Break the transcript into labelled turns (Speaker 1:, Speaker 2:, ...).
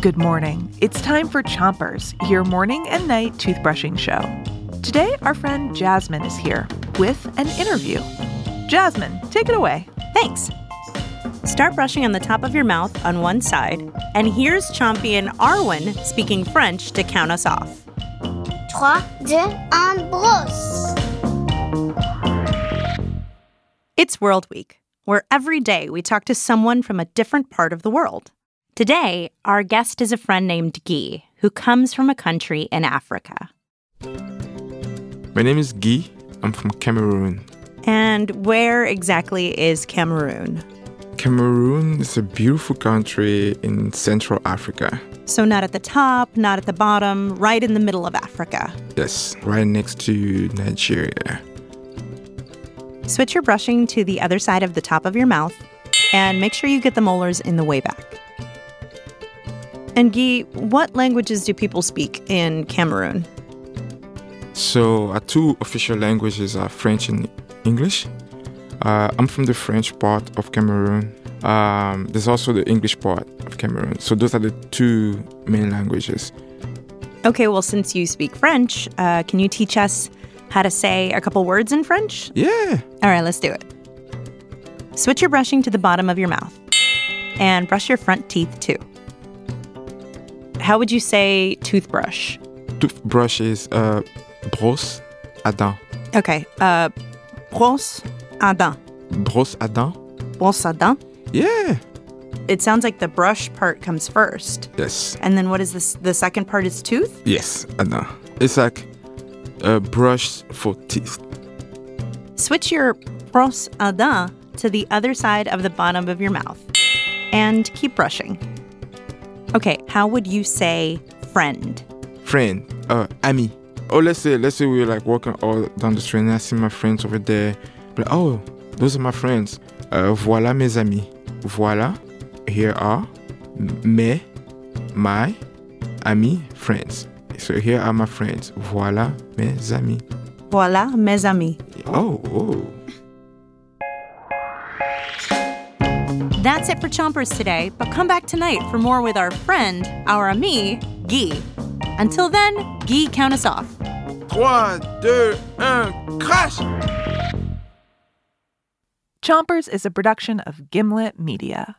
Speaker 1: Good morning. It's time for Chompers, your morning and night toothbrushing show. Today, our friend Jasmine is here with an interview. Jasmine, take it away.
Speaker 2: Thanks. Start brushing on the top of your mouth on one side, and here's Chompy and Arwen speaking French to count us off.
Speaker 3: 3, 2, 1, brosse.
Speaker 2: It's World Week, where every day we talk to someone from a different part of the world. Today, our guest is a friend named Guy, who comes from a country in Africa.
Speaker 4: My name is Guy. I'm from Cameroon.
Speaker 2: And where exactly is Cameroon?
Speaker 4: Cameroon is a beautiful country in Central Africa.
Speaker 2: So, not at the top, not at the bottom, right in the middle of Africa.
Speaker 4: Yes, right next to Nigeria.
Speaker 2: Switch your brushing to the other side of the top of your mouth and make sure you get the molars in the way back. And Guy, what languages do people speak in Cameroon?
Speaker 4: So, our two official languages are French and English. Uh, I'm from the French part of Cameroon. Um, there's also the English part of Cameroon. So, those are the two main languages.
Speaker 2: Okay, well, since you speak French, uh, can you teach us how to say a couple words in French?
Speaker 4: Yeah!
Speaker 2: All right, let's do it. Switch your brushing to the bottom of your mouth and brush your front teeth too. How would you say toothbrush?
Speaker 4: Toothbrush is uh, brosse à dents.
Speaker 2: Okay, uh, brosse à dents.
Speaker 4: Brosse à dents?
Speaker 2: Brosse à dents.
Speaker 4: Yeah!
Speaker 2: It sounds like the brush part comes first.
Speaker 4: Yes.
Speaker 2: And then what is this? The second part is tooth?
Speaker 4: Yes, à dents. It's like a brush for teeth.
Speaker 2: Switch your brosse à dents to the other side of the bottom of your mouth and keep brushing. Okay, how would you say friend?
Speaker 4: friend, uh, ami. Or let's say, let's say we were like walking all down the street and I see my friends over there. But oh, those are my friends. Uh, voilà mes amis. Voilà, here are mes, my, ami, friends. So here are my friends. Voilà mes amis.
Speaker 2: Voilà, mes amis.
Speaker 4: Oh, oh.
Speaker 2: That's it for Chompers today, but come back tonight for more with our friend, our ami, Guy. Until then, Guy, count us off.
Speaker 4: 3, 2, 1, crash!
Speaker 1: Chompers is a production of Gimlet Media.